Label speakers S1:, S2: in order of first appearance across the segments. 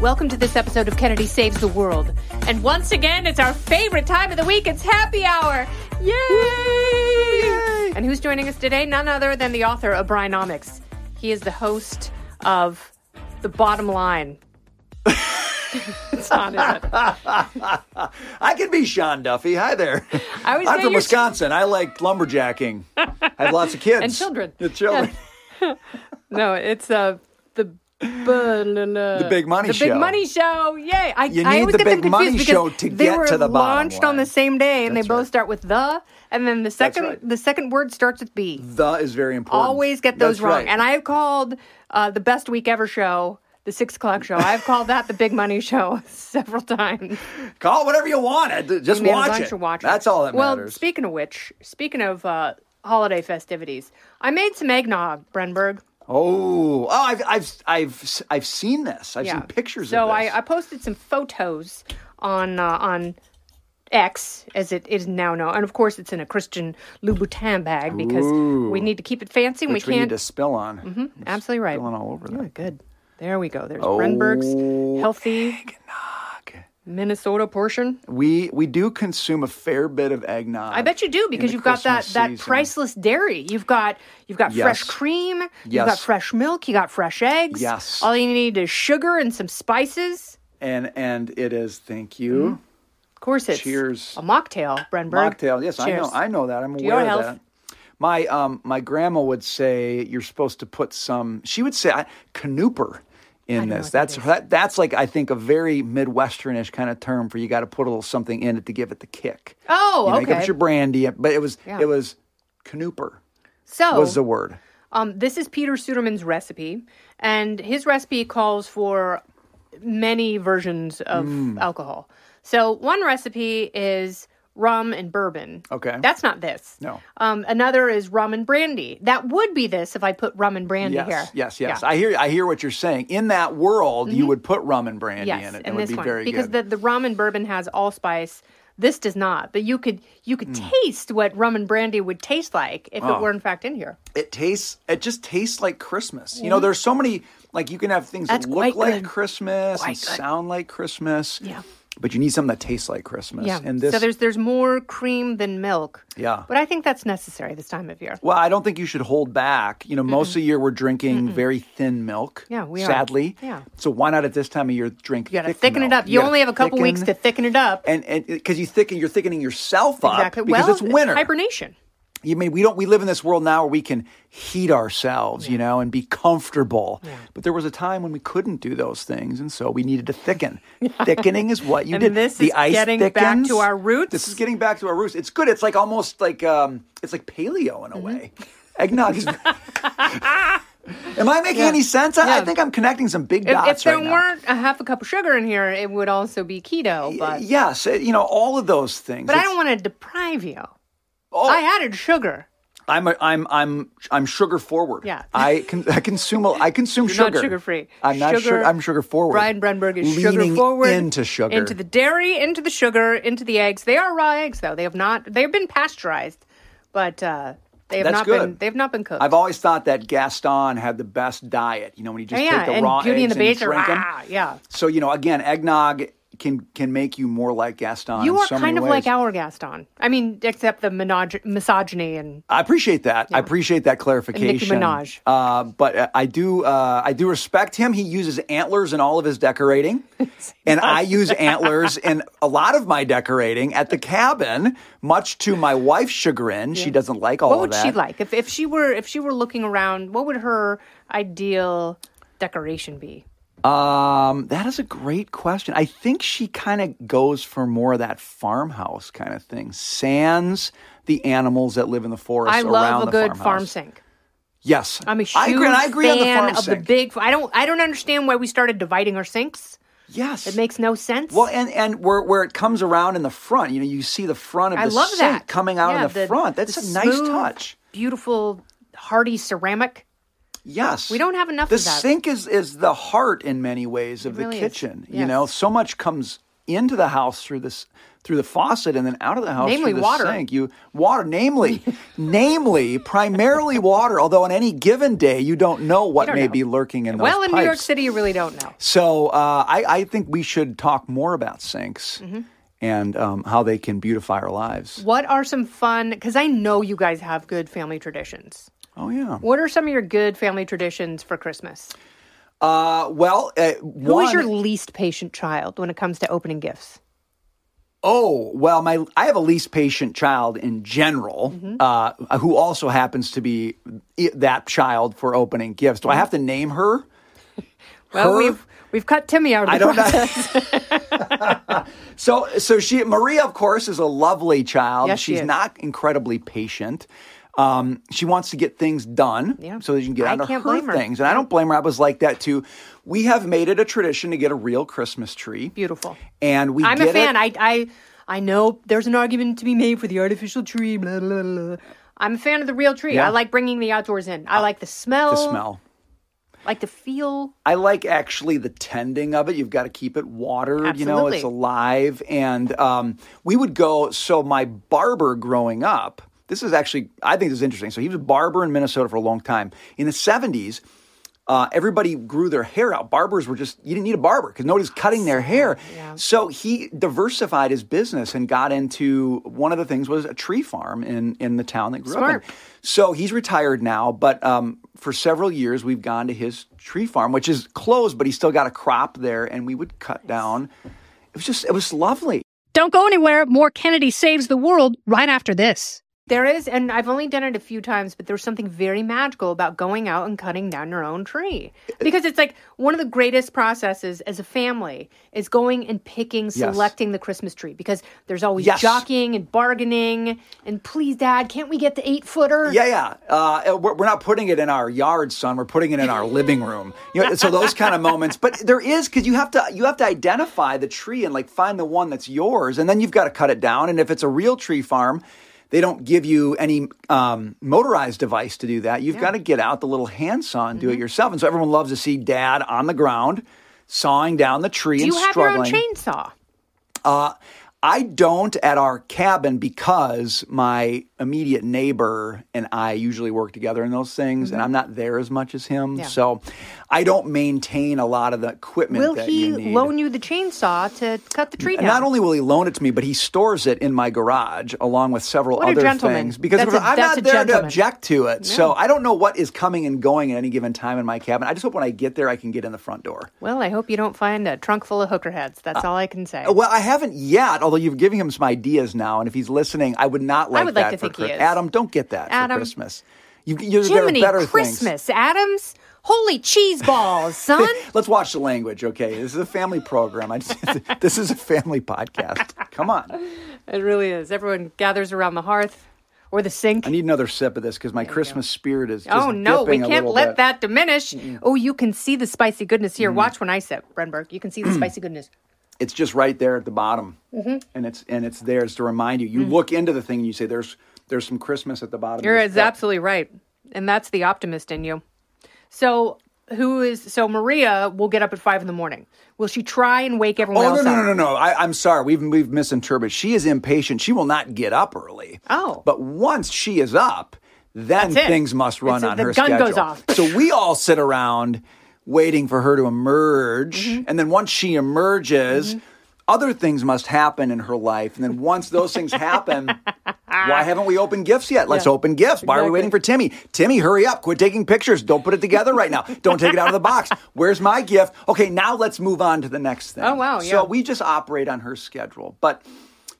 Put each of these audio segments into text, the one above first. S1: Welcome to this episode of Kennedy Saves the World. And once again, it's our favorite time of the week. It's happy hour. Yay! And who's joining us today? None other than the author of Brianomics. He is the host of The Bottom Line. it's on, isn't it?
S2: I can be Sean Duffy. Hi there.
S1: I was
S2: I'm from Wisconsin. I like lumberjacking. I have lots of kids
S1: And children.
S2: The children.
S1: No, it's uh, the the
S2: Big Money
S1: the
S2: Show.
S1: Big Money Show. Yay! I,
S2: You
S1: I
S2: need
S1: always
S2: the
S1: get them
S2: Big Money
S1: confused
S2: Show
S1: because
S2: to
S1: they
S2: get
S1: were
S2: to the bottom
S1: launched on the
S2: line.
S1: same day, and
S2: That's
S1: they both
S2: right.
S1: start with the, and then the second
S2: right.
S1: the second word starts with B.
S2: The is very important.
S1: Always get those
S2: That's
S1: wrong.
S2: right.
S1: And I have called uh, the best week ever show. The six o'clock show. I've called that the Big Money Show several times.
S2: Call it whatever you want. I- Just
S1: Man, as
S2: watch
S1: long
S2: it.
S1: as you're watching.
S2: That's all that
S1: well,
S2: matters.
S1: speaking of which, speaking of uh, holiday festivities, I made some eggnog, Brenberg.
S2: oh, oh, I've, I've, I've, I've seen this. I've seen pictures
S1: so
S2: of this.
S1: I, I posted some photos on uh, on X, as it is now known, and of course it's in a Christian Louboutin bag because we need to keep it fancy. and
S2: Which
S1: we
S2: we
S1: can't. Mm-hmm.
S2: need to spill on.
S1: absolutely right.
S2: Spilling all over
S1: Very
S2: that.
S1: good. There we go. There's Brenberg's healthy Minnesota portion.
S2: We we do consume a fair bit of eggnog.
S1: I bet you do because
S2: the
S1: you've got that,
S2: Christmas
S1: that
S2: season.
S1: priceless dairy. You've got you've got fresh
S2: Yes.
S1: cream, you've
S2: Yes.
S1: got fresh milk, you got fresh eggs.
S2: Yes.
S1: All you need is sugar and some spices.
S2: and and it is. Thank you.
S1: Of course, it's
S2: Cheers.
S1: a mocktail, Brenberg.
S2: Mocktail. Yes, I know.
S1: Cheers.
S2: I know that. I'm
S1: your
S2: aware of
S1: health.
S2: that. My um my grandma would say you're supposed to put some. She would say I, canooper in this.
S1: what that
S2: That's that, that's like I think a very midwesternish kind of term for you got to put a little something in it to give it the kick.
S1: Oh,
S2: you know, you give
S1: okay.
S2: it your brandy, but it was
S1: Yeah. Oh.
S2: it was canooper
S1: So,
S2: was the word.
S1: um, this is Peter Suderman's recipe, and his recipe calls for many versions of
S2: Mm.
S1: alcohol. So, one recipe is rum and bourbon.
S2: Okay.
S1: That's not this.
S2: No.
S1: Um, another is rum and brandy. That would be this if I put rum and brandy
S2: Yes,
S1: here.
S2: yes, yes.
S1: Yeah. Mm-hmm.
S2: I hear I hear what you're saying. In that world, you would put rum and brandy
S1: yes,
S2: in it.
S1: and
S2: and it would
S1: this
S2: be
S1: one
S2: very
S1: because
S2: good.
S1: the the rum and bourbon has allspice. This does not, but you could you could
S2: Mm.
S1: taste what rum and brandy would taste like if it were in fact in here.
S2: it tastes it just tastes like christmas you know there's so many like you can have things
S1: Mm-hmm. That's
S2: that
S1: quite
S2: look like
S1: good.
S2: christmas and
S1: Quite good.
S2: sound like christmas
S1: Yeah.
S2: but you need something that tastes like christmas
S1: Yeah.
S2: and this
S1: so there's there's more cream than milk.
S2: Yeah.
S1: But I think that's necessary this time of year.
S2: well i don't think you should hold back you know most of the year we're drinking very thin milk
S1: Yeah, we are.
S2: sadly
S1: Yeah.
S2: so why not at this time of year drink
S1: You got to thicken it up. You, only have a couple weeks to thicken it up.
S2: and and because you thicken you're thickening yourself up
S1: Exactly.
S2: because
S1: well,
S2: it's winter
S1: hibernation.
S2: you mean we don't we live in this world now where we can heat ourselves you know and be comfortable but there was a time when we couldn't do those things and so we needed to thicken thickening is what you
S1: And
S2: did
S1: this
S2: the
S1: is
S2: ice
S1: getting back
S2: thickens.
S1: to our roots.
S2: this is getting back to our roots it's good it's like almost like um it's like paleo in a
S1: Mm-hmm.
S2: way eggnog is am i making any sense I, I
S1: Yeah.
S2: think i'm connecting some big
S1: If,
S2: dots
S1: if there
S2: right now.
S1: weren't a half a cup of sugar in here, it would also be keto. But
S2: yes it- you know all of those things
S1: but I
S2: It's-
S1: don't want to deprive you.
S2: Oh.
S1: I added sugar.
S2: I'm a, I'm I'm I'm sugar forward.
S1: Yeah.
S2: I can I consume a, I consume
S1: not
S2: sugar.
S1: sugar-free.
S2: I'm not
S1: Sugar-
S2: sugar. I'm sugar forward.
S1: Brian Brenberg is sugar
S2: Leaning
S1: forward
S2: into sugar.
S1: into the dairy, into the sugar, into the eggs. They are raw eggs, though. They have not. They have been pasteurized, but uh, they have
S2: That's
S1: not been.
S2: good.
S1: They have not been cooked.
S2: I've always thought that Gaston had the best diet. You know when you just
S1: yeah,
S2: take the
S1: and
S2: raw
S1: Beauty
S2: eggs
S1: and the Beast are,
S2: drink them.
S1: ah, yeah.
S2: So you know again eggnog can can make you more like Gaston.
S1: You
S2: in
S1: are
S2: so many
S1: kind of
S2: ways.
S1: like our Gaston. I mean, except the minog- misogyny and
S2: I appreciate that. I appreciate that clarification.
S1: Minaj.
S2: Uh, but uh, I do, uh, I do respect him. He uses antlers in all of his decorating, and I use antlers in a lot of my decorating at the cabin. Much to my wife's chagrin, she doesn't like all
S1: what
S2: of
S1: would
S2: that.
S1: she like if, if she were if she were looking around? What would her ideal decoration be?
S2: Um, that is a great question. I think she kind of goes for more of that farmhouse kind of thing. Sans the animals that live in the forest.
S1: I love
S2: around
S1: a good
S2: the
S1: farm
S2: farmhouse.
S1: sink.
S2: Yes,
S1: I'm a huge
S2: I agree, and I agree
S1: fan
S2: on the farm
S1: of the
S2: sink.
S1: big. I don't. I don't understand why we started dividing our sinks.
S2: yes,
S1: It makes no sense.
S2: Well, and and where where it comes around in the front, you know, you see the front of
S1: I
S2: the
S1: love
S2: sink
S1: that
S2: coming out
S1: Yeah,
S2: in the, front. That's
S1: the
S2: a nice
S1: smooth,
S2: touch.
S1: Beautiful, hardy ceramic.
S2: Yes, we
S1: don't have enough
S2: The
S1: of that.
S2: sink is is the heart in many ways of
S1: really
S2: the
S1: is.
S2: kitchen.
S1: Yes.
S2: You know, so much comes into the house through this through the faucet and then out of the house
S1: Namely
S2: through the
S1: water.
S2: sink. You water, namely, namely, primarily water. Although on any given day, you don't know what
S1: don't
S2: may
S1: know.
S2: be lurking in those
S1: Well, in New York
S2: pipes.
S1: City, you really don't know.
S2: So uh, I, I think we should talk more about sinks
S1: Mm-hmm.
S2: and um, how they can beautify our lives.
S1: What are some fun? Because I know you guys have good family traditions.
S2: Oh yeah.
S1: What are some of your good family traditions for Christmas?
S2: Uh, well, uh,
S1: Who
S2: one,
S1: is your least patient child when it comes to opening gifts?
S2: Oh, well, my I have a least patient child in general,
S1: Mm-hmm.
S2: uh, who also happens to be i- that child for opening gifts.
S1: Mm-hmm.
S2: Do I have to name her?
S1: Well,
S2: Her?
S1: we've we've cut Timmy out of the
S2: I don't
S1: process.
S2: know. so, so she Maria, of course, is a lovely child.
S1: Yes, she
S2: She's
S1: is.
S2: not incredibly patient. Um, she wants to get things done
S1: Yeah.
S2: so that you can get
S1: I
S2: out of her
S1: can't blame her.
S2: things, and I don't blame her. I was like that too. We have made it a tradition to get a real Christmas tree,
S1: Beautiful.
S2: and we.
S1: I'm
S2: get
S1: a fan. I,
S2: It.
S1: I I know there's an argument to be made for the artificial tree. Blah blah blah. I'm a fan of the real tree.
S2: Yeah. Uh,
S1: I like bringing the outdoors in. I like the smell.
S2: the smell.
S1: Like the feel.
S2: I like actually the tending of it. You've got to keep it watered. You know, it's
S1: Absolutely.
S2: alive. And um, we would go. So my barber growing up, this is actually, I think this is interesting. So he was a barber in Minnesota for a long time. In the seventies, uh, everybody grew their hair out. Barbers were just you didn't need a barber because nobody's cutting their hair. So he diversified his business and got into one of the things was a tree farm in in the town that grew
S1: Smart.
S2: up. In. So he's retired now, but um, for several years we've gone to his tree farm, which is closed, but he's still got a crop there, and we would cut down. It was just it was lovely.
S3: Don't go anywhere. More Kennedy Saves the World right after this.
S1: There is, and I've only done it a few times, but there's something very magical about going out and cutting down your own tree. Because it's like one of the greatest processes as a family is going and picking, selecting the Christmas tree. Because there's always
S2: Yes.
S1: jockeying and bargaining and please, Dad, can't we get the eight footer?
S2: Yeah, yeah. Uh, we're, we're not putting it in our yard, son. We're putting it in our living room. You know, so those kind of moments. But there is because you have to you have to identify the tree and like find the one that's yours, and then you've got to cut it down. And if it's a real tree farm, they don't give you any um, motorized device to do that. You've got to get out the little hand saw and do
S1: Mm-hmm.
S2: it yourself. And so everyone loves to see dad on the ground sawing down the tree
S1: Do
S2: and
S1: you have your
S2: struggling.
S1: own chainsaw?
S2: I don't at our cabin because my immediate neighbor and I usually work together in those things,
S1: Mm-hmm.
S2: and I'm not there as much as him. So I don't maintain a lot of the equipment
S1: Will
S2: that
S1: he
S2: you need.
S1: loan you the chainsaw to cut the tree down?
S2: And not only will he loan it to me, but he stores it in my garage along with several
S1: What a
S2: other
S1: gentleman.
S2: things because
S1: That's a-
S2: I'm
S1: that's
S2: not
S1: a
S2: there to
S1: gentleman.
S2: object to it. So I don't know what is coming and going at any given time in my cabin. I just hope when I get there, I can get in the front door.
S1: well, I hope you don't find a trunk full of hooker heads. That's
S2: Uh,
S1: all I can say.
S2: Well, I haven't yet, although you've given him some ideas now. And if he's listening, I would not like
S1: would
S2: that
S1: like to
S2: for
S1: think he
S2: Chris-
S1: is.
S2: Adam, don't get that
S1: Adam.
S2: for Christmas. You, you,
S1: Jiminy
S2: there are better
S1: Christmas, Adams. Holy cheese balls, son.
S2: things. Let's watch the language, okay? This is a family program. I just, this is a family podcast. Come on.
S1: It really is. Everyone gathers around the hearth or the sink.
S2: I need another sip of this because my Christmas spirit is just
S1: oh no, we
S2: dipping a
S1: can't
S2: little
S1: let
S2: bit. Mm.
S1: that diminish. Oh, you can see the spicy goodness here. Watch when I sip, Renberg. You can see the spicy goodness.
S2: It's just right there at the bottom,
S1: Mm-hmm.
S2: and it's and it's there it's to remind you. You
S1: Mm.
S2: look into the thing and you say, "There's there's some Christmas at the bottom." of
S1: You're
S2: this
S1: is
S2: cup."
S1: absolutely right, and that's the optimist in you. So who is so Maria will get up at five in the morning. Will she try and wake everyone
S2: Oh
S1: else
S2: no no
S1: up?
S2: no no no! I, I'm sorry. We've we've misinterpreted. She is impatient. She will not get up early.
S1: Oh.
S2: but once she is up, then
S1: That's it.
S2: things must run
S1: It's-
S2: on
S1: the
S2: her
S1: gun
S2: schedule.
S1: goes off.
S2: So we all sit around waiting for her to emerge,
S1: Mm-hmm.
S2: and then once she emerges. Other things must happen in her life. And then once those things happen, why haven't we opened gifts yet? Let's open gifts. Why are we waiting for Timmy? Timmy, hurry up. Quit taking pictures. Don't put it together right now. Don't take it out of the box. Where's my gift? Okay, now let's move on to the next thing.
S1: Oh, wow, yeah.
S2: So we just operate on her schedule, but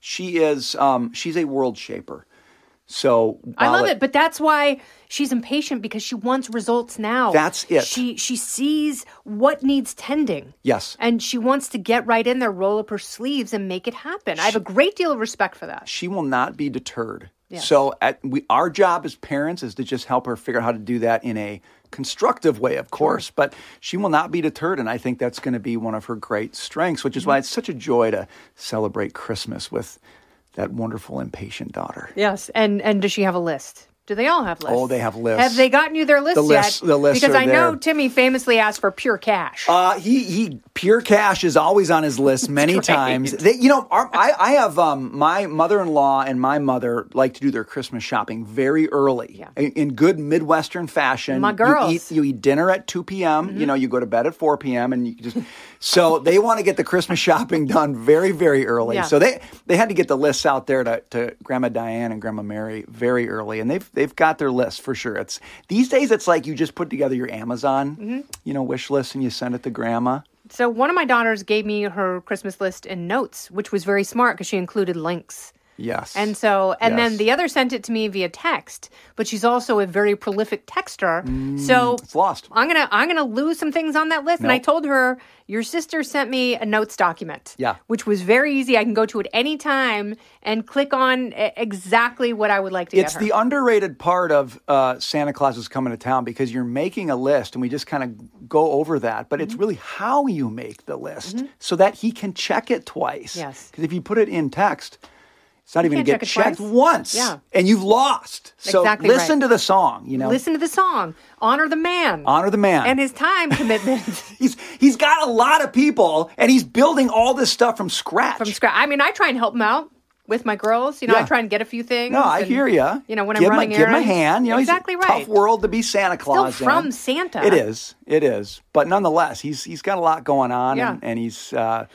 S2: she is um, she's a world shaper. So
S1: I
S2: while
S1: love it, but that's why she's impatient because she wants results now.
S2: That's it.
S1: She she sees what needs tending.
S2: Yes.
S1: And she wants to get right in there, roll up her sleeves and make it happen. I have a great deal of respect for that.
S2: she will not be deterred. So at, we, our job as parents is to just help her figure out how to do that in a constructive way, of course. But she will not be deterred, and I think that's going to be one of her great strengths, which is
S1: Mm-hmm.
S2: why it's such a joy to celebrate Christmas with that wonderful impatient daughter.
S1: Yes. And and does she have a list? Do they all have lists?
S2: Oh, they have lists.
S1: Have they gotten you their list
S2: The lists-
S1: yet?
S2: the lists
S1: because
S2: are
S1: I know
S2: there.
S1: Timmy famously asked for pure cash.
S2: Uh, he he, pure cash is always on his list many times. They, you know, our, I I have um my mother in law and my mother like to do their Christmas shopping very early,
S1: Yeah.
S2: in, in good Midwestern fashion.
S1: My
S2: You
S1: girls.
S2: eat- you eat dinner at 2 p.m.
S1: Mm-hmm.
S2: You know, you go to bed at 4 p.m. and you just so they want to get the Christmas shopping done very very early.
S1: Yeah.
S2: So they they had to get the lists out there to, to Grandma Diane and Grandma Mary very early, and they've they've got their lists for sure. It's these days it's like you just put together your Amazon
S1: Mm-hmm.
S2: you know wish list and you send it to Grandma.
S1: so one of my daughters gave me her Christmas list in notes, which was very smart because she included links.
S2: Yes,
S1: And so, and then
S2: Yes.
S1: the other sent it to me via text, but she's also a very prolific texter.
S2: Mm.
S1: so
S2: it's lost.
S1: I'm gonna I'm gonna lose some things on that list. And I
S2: Nope.
S1: told her your sister sent me a notes document.
S2: Yeah.
S1: which was very easy. I can go to it any time and click on e- exactly what I would like to
S2: It's
S1: get her.
S2: the underrated part of uh, Santa Claus is coming to town because you're making a list, and we just kind of go over that. But it's
S1: Mm-hmm.
S2: really how you make the list so that he can check it twice.
S1: Yes.
S2: because if you put it in text, it's not even
S1: can't
S2: gonna
S1: check
S2: get
S1: it
S2: checked
S1: twice.
S2: once.
S1: Yeah.
S2: and you've lost. So
S1: Exactly right.
S2: listen to the song. You know,
S1: Listen to the song. Honor the man.
S2: honor the man.
S1: and his time commitment.
S2: he's he's got a lot of people, and he's building all this stuff from scratch.
S1: from scratch. I mean, I try and help him out with my girls. You know, I
S2: Yeah.
S1: try and get a few things.
S2: No, I
S1: and,
S2: hear you.
S1: You know, when
S2: give
S1: I'm
S2: him a-
S1: running
S2: give him a
S1: errands.
S2: hand. You know,
S1: exactly
S2: he's a
S1: right.
S2: Tough world to be Santa Claus.
S1: from
S2: in.
S1: Santa.
S2: It is. It is. But nonetheless, he's he's got a lot going on,
S1: Yeah.
S2: and, and he's uh,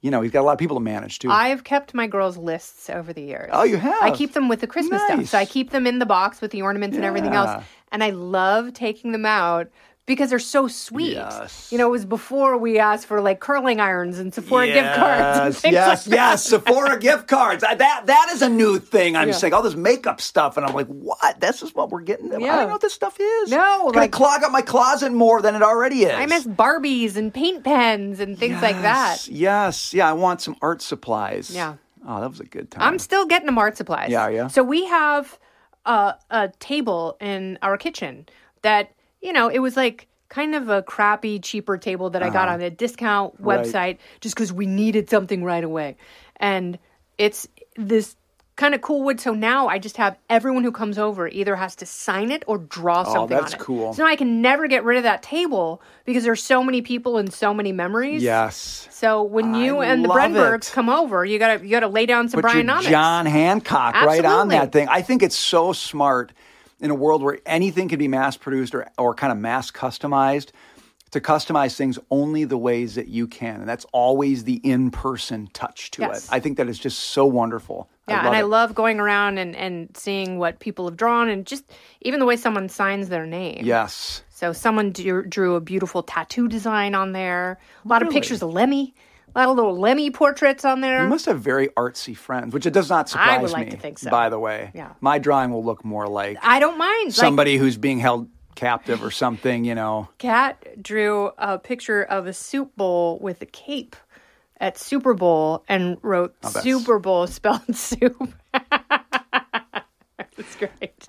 S2: you know he's got a lot of people to manage too.
S1: I have kept my girls' lists over the years.
S2: Oh, you have?
S1: I keep them with the Christmas stuff.
S2: Nice.
S1: So I keep them in the box with the ornaments and everything
S2: Yeah.
S1: else. And I love taking them out because they're so sweet.
S2: Yes.
S1: You know, it was before we asked for like curling irons and Sephora gift cards. And
S2: Yes,
S1: things like
S2: yes,
S1: that.
S2: yes. Sephora gift cards. I, that that is a new thing. I'm
S1: Yeah.
S2: saying all this makeup stuff, and I'm like, what? This is what we're getting. I
S1: Yeah.
S2: don't know what this stuff is.
S1: No,
S2: It's gonna
S1: like-
S2: clog up my closet more than it already is.
S1: I miss Barbies and paint pens and things like that.
S2: Yes, yeah. I want some art supplies.
S1: Yeah.
S2: Oh, that was a good time.
S1: I'm still getting them art supplies.
S2: Yeah, yeah.
S1: So we have a, a table in our kitchen that, you know, it was like kind of a crappy, cheaper table that I got on a discount
S2: Uh-huh. Right.
S1: website just because we needed something right away. And it's this kind of cool wood. So now I just have everyone who comes over either has to sign it or draw something
S2: Oh, that's
S1: on it.
S2: cool.
S1: So now I can never get rid of that table because there's so many people and so many memories.
S2: Yes.
S1: So when you
S2: I
S1: and the
S2: love
S1: Brenbergs
S2: it.
S1: come over, you gotta you gotta lay down some
S2: Put your
S1: Brianomics.
S2: John Hancock right on
S1: Absolutely.
S2: that thing. I think it's so smart in a world where anything can be mass produced or, or kind of mass customized to customize things only the ways that you can. And that's always the in person touch to
S1: Yes.
S2: it. I think that is just so wonderful.
S1: yeah,
S2: I love
S1: and I
S2: it.
S1: love going around and, and seeing what people have drawn and just even the way someone signs their name.
S2: Yes.
S1: So someone drew, drew a beautiful tattoo design on there. A lot of
S2: Really?
S1: pictures of Lemmy. A lot of little Lemmy portraits on there.
S2: You must have very artsy friends, which it does not surprise
S1: would like
S2: me.
S1: to think so.
S2: By the way,
S1: Yeah.
S2: my drawing will look more like
S1: I don't mind. Like,
S2: somebody who's being held captive or something, you know.
S1: Kat drew a picture of a soup bowl with a cape at Super Bowl and wrote
S2: that's-
S1: Super Bowl spelled soup. That's great.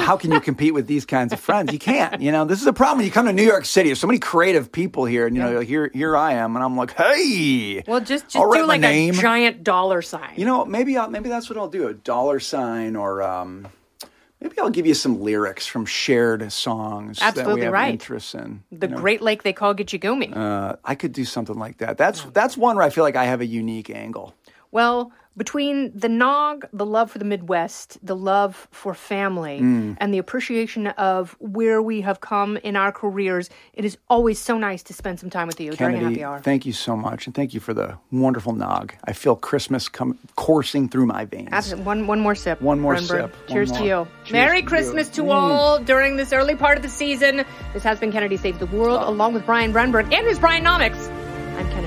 S2: how can you compete with these kinds of friends? You can't. You know, this is a problem. You come to New York City, there's so many creative people here, and you know, here here I am, and I'm like, hey.
S1: Well, just just
S2: I'll write
S1: do
S2: my
S1: like
S2: name.
S1: a giant dollar sign.
S2: You know, maybe I'll, maybe that's what I'll do. A dollar sign, or um, maybe I'll give you some lyrics from shared songs that
S1: Absolutely
S2: we have
S1: right.
S2: interests in.
S1: the Great Lake they call Gijigumi.
S2: Uh, I could do something like that. That's that's one where I feel like I have a unique angle.
S1: well, between the nog, the love for the Midwest, the love for family,
S2: Mm.
S1: and the appreciation of where we have come in our careers, it is always so nice to spend some time with you during
S2: Kennedy,
S1: happy hour.
S2: thank you so much, and thank you for the wonderful nog. I feel Christmas come coursing through my veins.
S1: Absolutely. One, one more sip.
S2: One more
S1: Brenberg.
S2: sip. One
S1: Cheers to
S2: more.
S1: you.
S2: Cheers
S1: Merry
S2: to you. Mm.
S1: Christmas to all during this early part of the season. This has been Kennedy Save the World, along with Brian Brenberg and his Brianomics. I'm Kennedy.